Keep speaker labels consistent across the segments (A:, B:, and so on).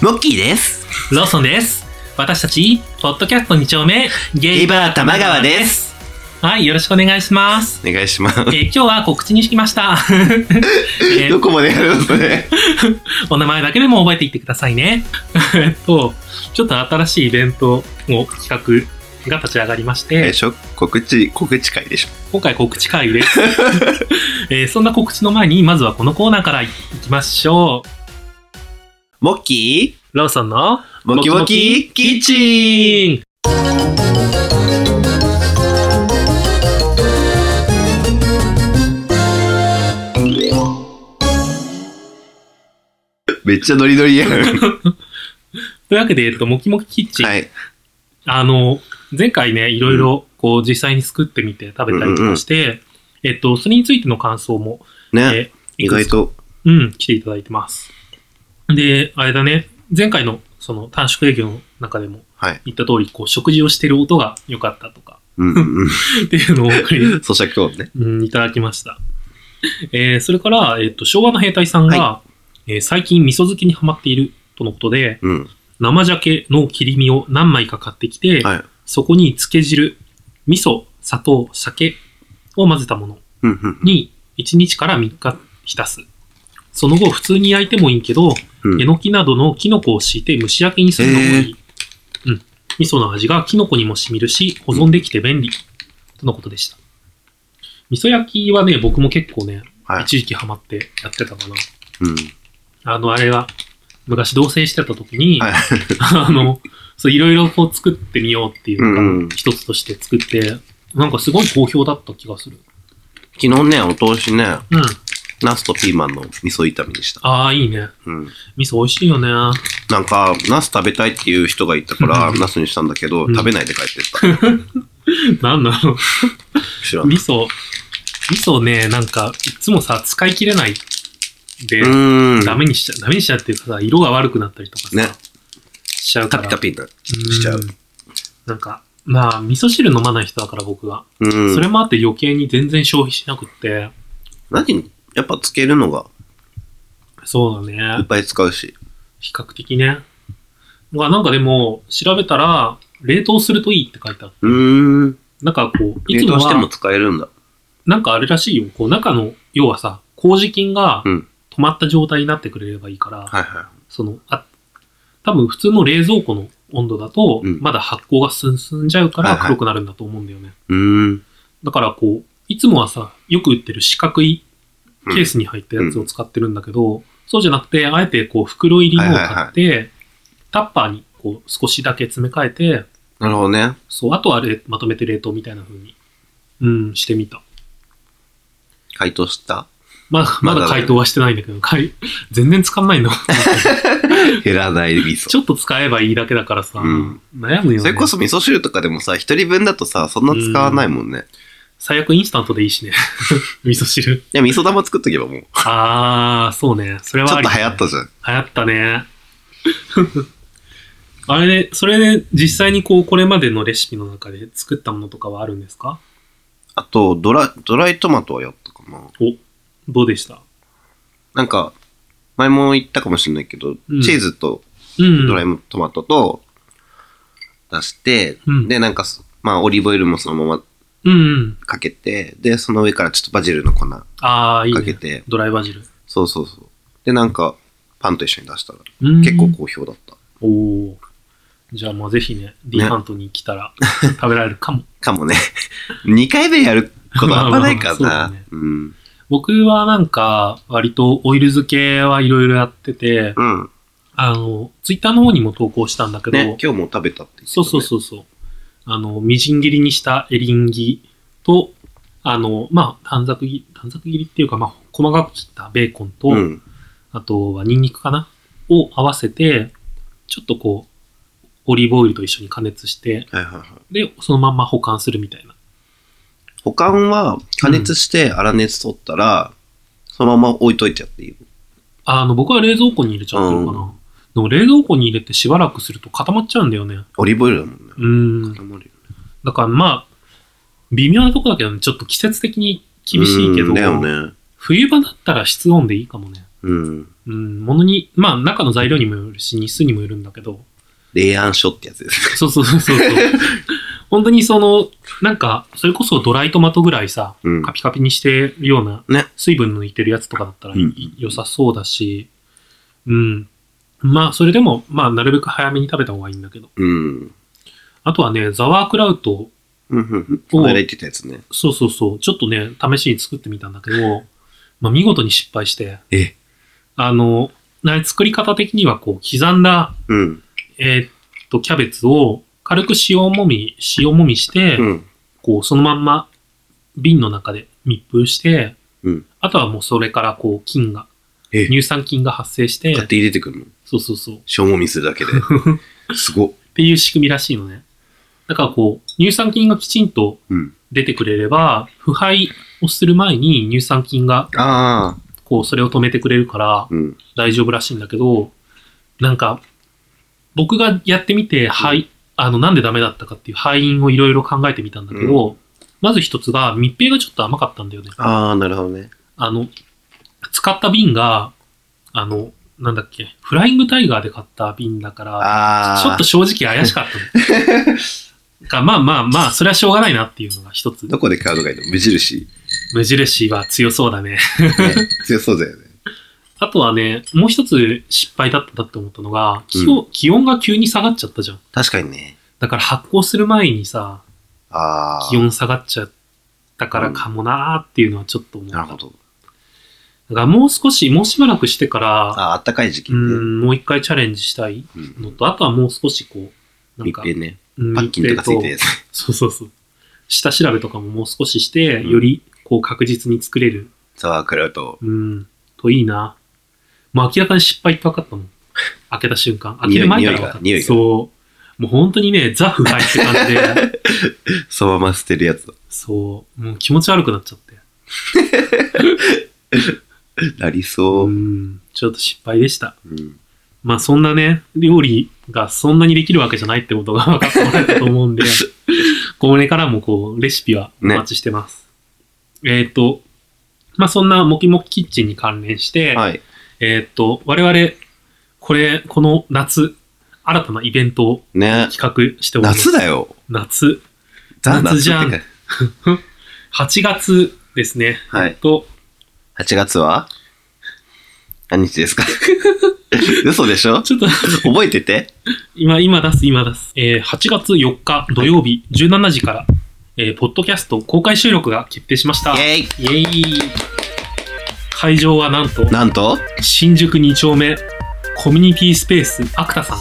A: モッキーです。
B: ローソンです。私たち、ポッドキャスト2丁目、ゲ。
A: ゲイバー玉川です
B: はい、よろしくお願いしま す。
A: お願いします。
B: えー今日は告知にしてきま した。えー
A: どこまでやるのそれ。
B: お名前だけでも覚えていってくださいね。 えっと、ちょっと新しいイベントの企画が立ち上がりまして、
A: えしょ告知、告知会でしょ。
B: 今回告知 会です、えーそんな告知の前に、まずはこのコーナーからいきましょう。
A: モッキ
B: ローソンの
A: ーモキモキキッチン
B: チン
A: めっちゃノリノリやる。
B: というわけで、えっと、もきもきキッチン。
A: はい。
B: あの、前回ね、いろいろ、こう、実際に作ってみて食べたりとかして、えっと、それについての感想も、
A: ね、
B: えー
A: 意外。と。
B: うん、来ていただいてます。で、あれだね、前回の、その、短縮営業の中でも
A: はい。
B: 言った通り、こう、食事をしてる音が良かったとか、
A: うんうん。
B: っていうのを 送り、
A: 咀嚼音ね。
B: うん、いただきました。えーそれから、えっと、昭和の兵隊さんが、えー最近味噌漬けにハマっているとのことで、
A: うん。
B: 生鮭の切り身を何枚か買ってきて、
A: はい。
B: そこに漬け汁、味噌、砂糖、酒を混ぜたもの
A: うんうん
B: に1日から3日浸す。その後、普通に焼いてもいいけど、
A: うん。
B: えのきなどのキノコを敷いて蒸し焼きにするのもいい。うん。味噌の味がキノコにも染みるし、保存できて便利。とのことでした。味噌焼きはね、僕も結構ね、
A: はい。
B: 一時期ハマってやってたかな。
A: うん。
B: あの、あれは、昔同棲してた時に、
A: はい。
B: あの、そう、いろいろこう作ってみようっていう
A: う
B: か、
A: んうん。
B: 一つとして作って、なんかすごい好評だった気がする。
A: 昨日ね、お通しね、
B: うん。
A: ナスとピーマンの味噌炒めにした。
B: ああ、いいね。
A: うん。
B: 味噌美味しいよね。
A: なんか、ナス食べたいっていう人がいたから、ナスにしたんだけど、
B: うん
A: 食べないで帰ってった。
B: なんだろう。
A: 知らん。う
B: 味噌、味噌ね、なんか、いつもさ、使い切れないで、
A: ーん。
B: ダメにしちゃ、ダメにしちゃうっていうかさ、色が悪くなったりとかさ、
A: ね。
B: しちゃうか
A: タピ
B: ら。。
A: タピになる。しちゃうん
B: なんか、まあ、味噌汁飲まない人だから僕が。
A: うん。
B: それもあって余計に全然消費しなくって、
A: 何やっぱつけるのが
B: そう
A: い
B: だ
A: っ
B: ね。
A: ぱい使うし。
B: 比較的ね。まあ、なんかでも、調べたら、冷凍するといいって書いてあ
A: う
B: る。
A: ーん。
B: なんかこう、い
A: 冷
B: つも
A: 凍して
B: は
A: も、使えるんだ。
B: なんかあれらしいよ。こう、中の、要はさ、麹菌が
A: うん
B: 止まった状態になってくれればいいから、
A: はいは
B: その、あ、多分普通の冷蔵庫の温度だと、
A: うん
B: まだ発酵が進んじゃうか
A: は
B: ら
A: いはい
B: 黒くなるんだと思うんだよね。
A: い。うーん。
B: だからこう、いつもはさ、よく売ってる四角いケースに入ったやつを使ってるんだけど、そうじゃなくて、あえてこう袋入りのを買って、タッパーにこう少しだけ詰め替えて、
A: なるほどね。
B: そう、あとはれまとめて冷凍みたいな風に、うん、してみた。
A: 解凍した
B: まだ、ま
A: ま
B: だ
A: だ
B: 解凍はしてないんだけど、かい全然使んないの。
A: 減らない味噌。
B: ちょっと使えばいいだけだからさ、
A: うん
B: 悩むよね。
A: それこそ味噌汁とかでもさ、一人分だとさ、そんな使わないもんね。
B: 最悪インスタントでいいしね。 味噌汁。
A: いや、味噌玉作っとけばもう。ち
B: あー、そうね。それ
A: ょっ
B: は
A: と
B: あ
A: 流
B: りだね、
A: 行ったじゃん。
B: 流行ったね。 あれで、それで実際にこう、これまでのレシピの中で作ったものとかはあるんですか
A: あと、ドラ、ドライトマトはやったかな。
B: どうでした
A: なんか、前も言ったかもしれないけど、
B: うん
A: チーズと
B: うん。
A: ドライトマトと出して、
B: うん
A: で、なんかそ、まあ、オリーブオイルもそのまま
B: うんうん。
A: かけて、で、その上からちょっとバジルの粉か
B: あー、いい、
A: け
B: ね。
A: て、
B: ドライバジル。
A: そうそうそう。で、なんか、パンと一緒に出したら、
B: うん
A: 結構好評だった。
B: おお。じゃあまあぜひね、D ハントに来たら 食べられるかも。
A: かもね。2回目やることあんまないから
B: まあまあま
A: な。
B: あそうだね
A: うん。
B: 僕はなんか、割とオイル漬けはいろいろやってて、
A: うん。
B: あの、ツイッターの方にも投稿したんだけど、
A: ね、今日も食べたって言ってたね
B: そうそうそうそう。あの、みじん切りにしたエリンギと、あの、まあ、短冊切り、短冊切りっていうか、まあ、細かく切ったベーコンと、
A: うん。
B: あとはニンニクかなを合わせて、ちょっとこう、オリーブオイルと一緒に加熱して、
A: はいはいはい。
B: で、そのまんま保管するみたいな。
A: 保管は加熱して粗熱取ったら、そのまま置いといてやっていい。
B: あの、僕は冷蔵庫に入れちゃってるかな。
A: う
B: でも冷蔵庫に入れてしばらくすると固まっちゃうんだよね。
A: オリーブオイルだもんね。
B: うん。
A: 固まるよね
B: だからまあ、微妙なとこだけどね、ちょっと季節的に厳しいけ
A: う
B: ど、
A: んだよね。
B: 冬場だったら室温でいいかもね。
A: うん。
B: うん、ものに、まあ中の材料にもよるし、日数にもよるんだけど、
A: 冷暗所ってやつですね。
B: そうそうそ うそう。本当にその、なんか、それこそドライトマトぐらいさ、
A: うん
B: カ。ピカピにしてるような
A: ね、
B: 水分抜いてるやつとかだったらい
A: うん
B: 良さそうだし、うん。まあ、それでも、まあ、なるべく早めに食べた方がいいんだけど。
A: うん。
B: あとはね、ザワークラウト、
A: うんうんうん。この間言ってたやつね。
B: そうそうそう、ちょっとね、試しに作ってみたんだけ ど、まあ、見事に失敗して、
A: え
B: あの、な作り方的には、こう、刻んだ、
A: うん。
B: えーっと、キャベツを、軽く塩もみ、塩もみして、
A: うん。
B: こう、そのまんま瓶の中で密封して、
A: うん
B: あとはもうそれからこう、菌が、
A: え
B: 乳酸菌が発生して、
A: 勝手に出てくるの。
B: そうそうそう。っ
A: 消耗みするだけ で。すごっ。
B: ていう仕組みらしいのね。だからこう、乳酸菌がきちんと
A: うん。
B: 出てくれれば、腐敗をする前に乳酸菌が、
A: ああ。
B: こう、それを止めてくれるから
A: うん。
B: 大丈夫らしいんだけど、なんか、僕がやってみて、はい、あの、なんでダメだったかっていう敗因をいろいろ考えてみたんだけど、まず一つが、密閉がちょっと甘かったんだよね。
A: ああ、なるほどね。
B: あの、使った瓶が、あの、なんだっけ、フライングタイガーで買った瓶だから、
A: ああ。
B: ちょっと正直怪しかっ たの。がまあまあまあ、それはしょうがないなっていうのが一つ。
A: どこで買うのがいいの無印。
B: 無印は強そうだね。
A: ね 強そうだよね。
B: あとはね、もう一つ失敗だったなって思ったのが、気温,、気温が急に下がっちゃったじゃん。
A: 確かにね。
B: だから発酵する前にさ、
A: ああ。
B: 気温下がっちゃったからかもなーっていうのはちょっと思う。
A: なるほ
B: だ
A: ど。
B: からもう少し、もうしばらくしてから、
A: ああ、あったかい時期
B: う
A: ね。
B: ん、もう一回チャレンジしたいのと、あとはもう少しこう、なん
A: 密
B: か、
A: 閉ね。
B: うん
A: パッキンとかついてるやつ。
B: そうそうそう。下調べとかももう少しして、
A: うん
B: よりこう確実に作れる、
A: ザワークラウト。
B: うん、といいな。もう明らかに失敗って分かったもん。 開けた瞬間。開ける前から分かった。
A: 匂いが匂いが
B: そう。もう本当にね、ザ腐敗って感じで、
A: そのまま捨てるやつだ。
B: そう。もう気持ち悪くなっちゃって。
A: なりそうう。
B: ん。ちょっと失敗でした。
A: うん。
B: まあそんなね、料理がそんなにできるわけじゃないってことが分かってもらえたと思 うんで、これからもこう、レシピはお待ちしてます。えっ、と、まあそんなモキモキキッチンに関連して、
A: はい。
B: えっ、と、我々、これ、この夏、新たなイベントを
A: ね。
B: 企画しております。
A: 夏だよ。
B: 夏。
A: ザ
B: 夏じゃん
A: 夏ってか
B: 8月ですね。
A: はい
B: えっと、
A: 8月 は何日ですか 嘘でしょ
B: ちょっと、
A: 覚えてて。
B: 今、今出す、今出す。えー8月4日土曜日17時から、えーポッドキャスト公開収録が決定しました。
A: イ
B: イ
A: ェイ
B: エイ会場はなんと、
A: なんと
B: 新宿2丁目、コミュニティスペース、アクタさん。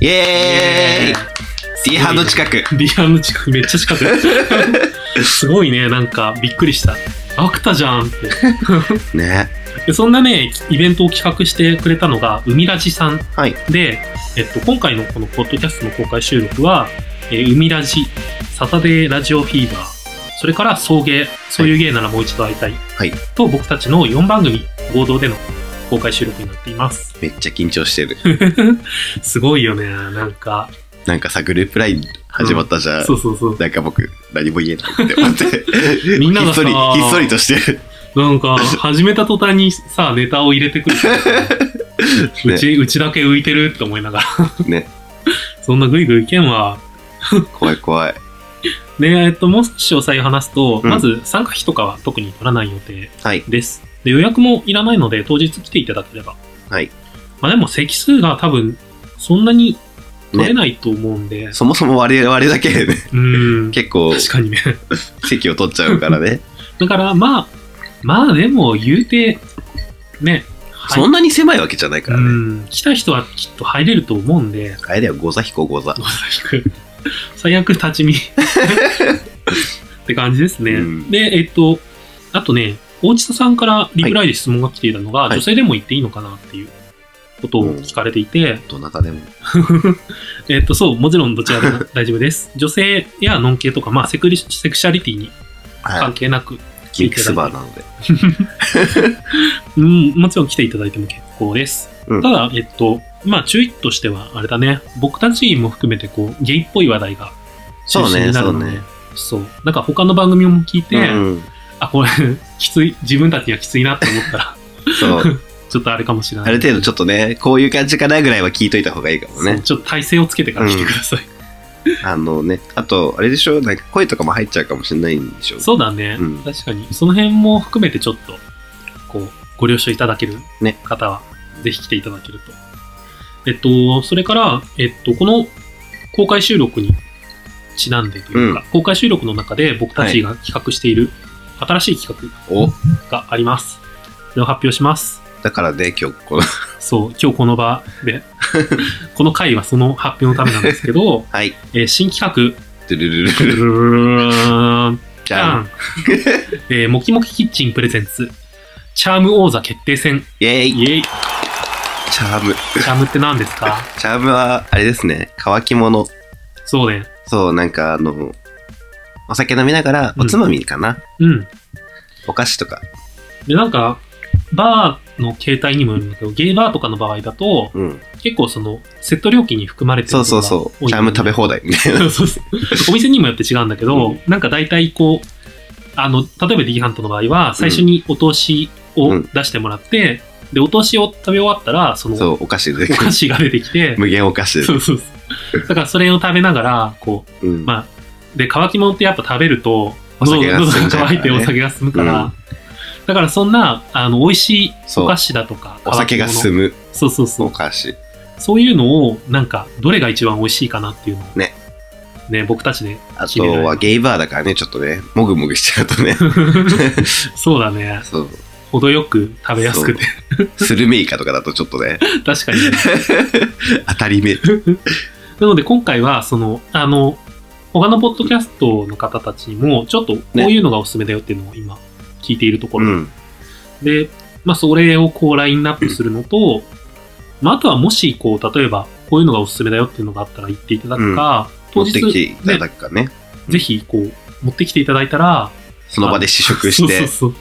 A: イェーイ
B: イエーイ
A: !D ハンド近く。
B: リハの近くめっちゃ 近くすごいねなんかびっくりしたアクタじゃんって
A: ね。
B: でそんなねイベントを企画してくれたのが海ラジさん
A: はい。
B: で、えっと、今回のこのポッドキャストの公開収録は、えー海ラジサタデーラジオフィーバーそれから送迎そういう芸ならもう一度会いたい、
A: はい
B: と僕たちの4番組合同での公開収録になっています
A: めっちゃ緊張してる。
B: すごいよねなんか
A: なんかさ、グループライン始まったじゃん。
B: そうそうそう
A: なんか僕、何も言えないって思って。
B: みんな
A: ひ
B: が
A: っそり、
B: さ
A: ひっそりとしてる。
B: なんか、始めた途端にさ、ネタを入れて くるから。うち、うちだけ浮いてるって思いながら。
A: ね。
B: そんなぐいぐいいけんわ。
A: 怖い怖い。
B: で、えっと、もう少し詳細を話すと、
A: うん
B: まず参加費とかは特に取らない予定
A: はい。
B: です。で、予約もいらないので、当日来ていただければ。
A: はい。
B: まあでも、席数が多分、そんなに取れないと思うんで、
A: そもそも我々だけでね、
B: うーん。
A: 結構
B: 確かにね。
A: 席を取っちゃうからね。
B: だから、まあ、まあでも、言うて、ね。はい
A: そんなに狭いわけじゃないから
B: う
A: ね。
B: ん。来た人はきっと入れると思うんで、
A: あれだよ、ゴザ引こう、ゴザ。
B: 最悪 立ち見って感じですね、
A: うん
B: でえっとあとね大地さんからリプライで質問が来ていたのが、
A: はい
B: 女性でも言っていいのかなっていうことを聞かれていて、
A: どなたでも。
B: えっとそうもちろんどちらでも大丈夫です女性やノン系とか、まあ、セクリセクシャリティに
A: は
B: 関係なく、
A: い。ミックスバーなので。
B: うん、もちろん来ていただいても結構です。
A: うん
B: ただ、えっと、まあ注意としては、あれだね、僕たちも含めて、こう、ゲイっぽい話題が中心になるの
A: そう
B: で、
A: ね
B: そうなんか他の番組も聞いて、
A: うん。
B: あ、これ、きつい、自分たちにはきついなって思ったら、
A: そう。
B: ちょっとあれかもしれな
A: あ
B: い。
A: る程度ちょっとね、こういう感じかなぐらいは聞いといた方がいいかも
B: そ
A: ね
B: う。ちょっと体勢をつけてから来てください。
A: あのね、あと、あれでしょなんか声とかも入っちゃうかもしれないんでしょ
B: そうだね、
A: うん
B: 確かに。その辺も含めてちょっと、こう、ご了承いただける
A: ね
B: 方は、ぜひ来ていただけると。えっと、それから、えっと、この公開収録にちなんでというか、公開収録の中で僕たちが企画している新しい企
A: お
B: 画があります。それを発表します。
A: だからね、今日この、
B: そう、今日この場で、この回はその発表のためなんですけど、
A: はい。
B: えー新企画、
A: ドゥルルル
B: ル
A: ルル
B: ルルルルーン
A: じゃ ん。
B: えー、もきもきキッチンプレゼンツ、チャーム王座決定戦。
A: イェーイ
B: イエイチ
A: チャーム。
B: ャームって何ですか
A: チャームは、あれですね、乾き物。
B: そうね。
A: そう、なんかあの、お酒飲みながら、
B: うん
A: おつまみかな、
B: うん。
A: お菓子とか。
B: で、なんか、バーの携帯にもよるんだけど、ゲイバーとかの場合だと、
A: うん。
B: 結構その、セット料金に含まれてる
A: そう
B: こと
A: そう
B: が
A: そう。
B: 多い
A: チャーム食べ放題みたいな。
B: そうそうそうお店にもよって違うんだけど、
A: うん
B: なんか大体こう、あの、例えば D ハントの場合は、最初にお通しを出してもらって、で、お通しを食べ終わったら、その、
A: そう、お菓子で
B: お。菓子が出てき て、
A: 無限お菓子で
B: そうそうそう。だからそれを食べながら、こう、
A: うん。
B: まで、乾き物ってやっぱ食べると、
A: お酒が
B: 喉
A: 進
B: が
A: んじゃうからね
B: 乾いてお酒が進むから、
A: うん
B: だからそんな、あの、美味しいお
A: そう
B: 菓。子だとか、
A: お酒が進
B: む。
A: む
B: そうそうそ
A: お
B: う。
A: 菓子。
B: そういうのを、なんか、どれが一番美味しいかなっていうのを。
A: ね。
B: ね、僕たちで、
A: あとはゲイバーだからね、ちょっとね、もぐもぐしちゃうとね。
B: そうだね。
A: そう。
B: 程よく食べやすくて。
A: スルメイカとかだとちょっとね、
B: 確かにね、
A: 当たり目。
B: なので今回は、その、あの、他のポッドキャストの方たちにも、ちょっとこういうのがおすすめだよっていうのを今、聞いているとこ
A: う
B: ろ
A: ん。
B: で、まあ、それをこうラインナップするのと、まあ、あとはもし、こう、例えば、こういうのがおすすめだよっていうのがあったら言っていただくか、
A: 持
B: 当
A: っ
B: 日
A: てきていた
B: ね
A: だくかね。
B: ぜひ、こう、持ってきていただいたら、
A: その場で試食して。
B: そうそうそう。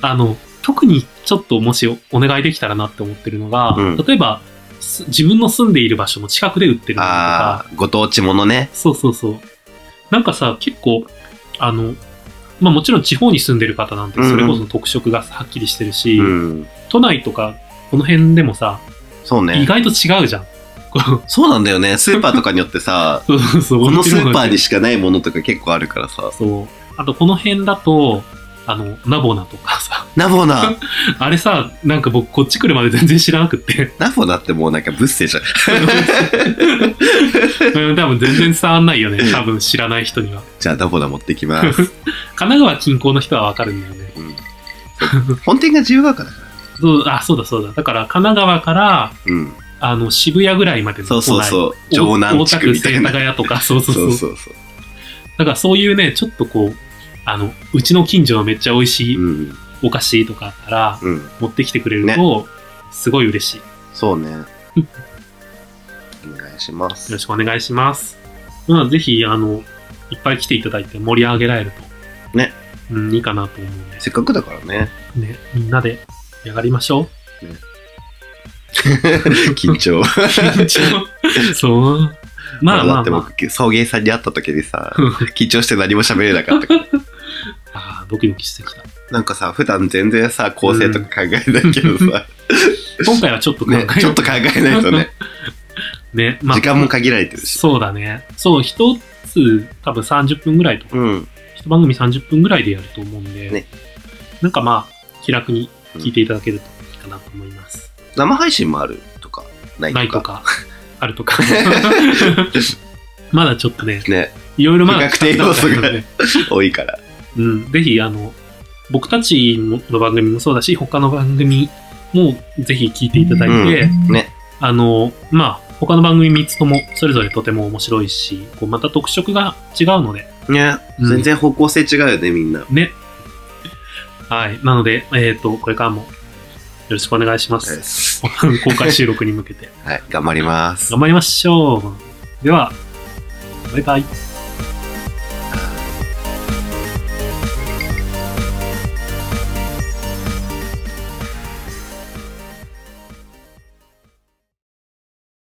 B: あの、特にちょっともしおお願いできたらなって思ってるのが、
A: うん
B: 例えば、す自分の住んでいる場所の近くで売ってるのと
A: あ
B: か、
A: あ、ご当地ものね。
B: そうそうそう。なんかさ、結構、あの、まあもちろん地方に住んでる方なんて、それこそ特色がはっきりしてるし、
A: うん。
B: 都内とか、この辺でもさ、
A: そう
B: 意
A: ね。
B: 外と違うじゃん。 こう、
A: そうなんだよね。スーパーとかによってさ
B: そうそうそう。
A: このスーパーに
B: し
A: しかないものとか結構あるからさ。
B: そう。あと、この辺だと、あの、ナボナとかさ、
A: ナボナ、
B: あれさ、なんか僕、こっち来るまで全然知らなくって、
A: ナボナってもうなんかブッセじゃん。
B: うん多分全然伝わんないよね。多分知らない人には。
A: じゃあナボナ持ってき ます。
B: 神奈川近郊の人はわかるんだよね。
A: うん本店が自由が丘だから。
B: そう、あ、そうだそうだ。だから、神奈川から、
A: うん。
B: あの、渋谷ぐらいまでの
A: そうそう
B: う。
A: そう。
B: 大
A: 城南地
B: 大
A: 区
B: 田区
A: みた
B: 千
A: い
B: 駄
A: な。
B: ヶ谷とか、そうそうそ
A: そうう。そうそう。
B: だからそういうね、ちょっとこう、あの、うちの近所のめっちゃ美味しい
A: うん。
B: お菓子とかあったら、
A: うん。
B: 持ってきてくれると、すごい嬉しい。よ
A: そう ね。お願いします
B: ろ。しくお願いします。まあ、ぜひ、あの、いっぱい来ていただいて盛り上げられると。
A: ね。
B: うん、いいかなと思うんで。
A: せっかくだからね。
B: ね、みんなで、やがりま しょう。
A: 緊張。
B: そう。 まあま
A: だ
B: あ
A: って
B: まあ。
A: 僕、送迎さんに会った時にさ、
B: うん
A: 緊張して何も喋れなか ったから。
B: ああ、ドキドキしてきた。
A: なんかさ、普段全然さ、構成とか考えないけどさ、
B: 今回はちょっと考えよ
A: ね、ちょっと考えないとね、
B: うね、 まあ。
A: 時間も限られてるし。
B: そうだね。そう、一つ、多分30分ぐらいとか、
A: うん。
B: 一番組30分ぐらいでやると思うんで、
A: ね
B: なんかまあ、気楽に聞いていただけるといいかなと思います。
A: 生配信もあるとか、ない
B: ない
A: と
B: と
A: か。
B: か、あるとか。まだちょっとね、
A: ね、
B: いろいろまだ
A: 不確定要素が
B: あるので
A: 多い から。
B: うん、ぜひ、あの、僕たちの番組もそうだし、他の番組もぜひ聞いていただいて、
A: ね。
B: あの、まあ、他の番組3つともそれぞれとても面白いし、こうまた特色が違うので、
A: ね、
B: うん
A: 全然方向性違うよね、みんな。
B: ね。はい。なので、えっ、と、これからもよろしくお願いします。 公開収録に向けて。
A: はい、頑張ります。
B: 頑張りましょう。では、バイバイ。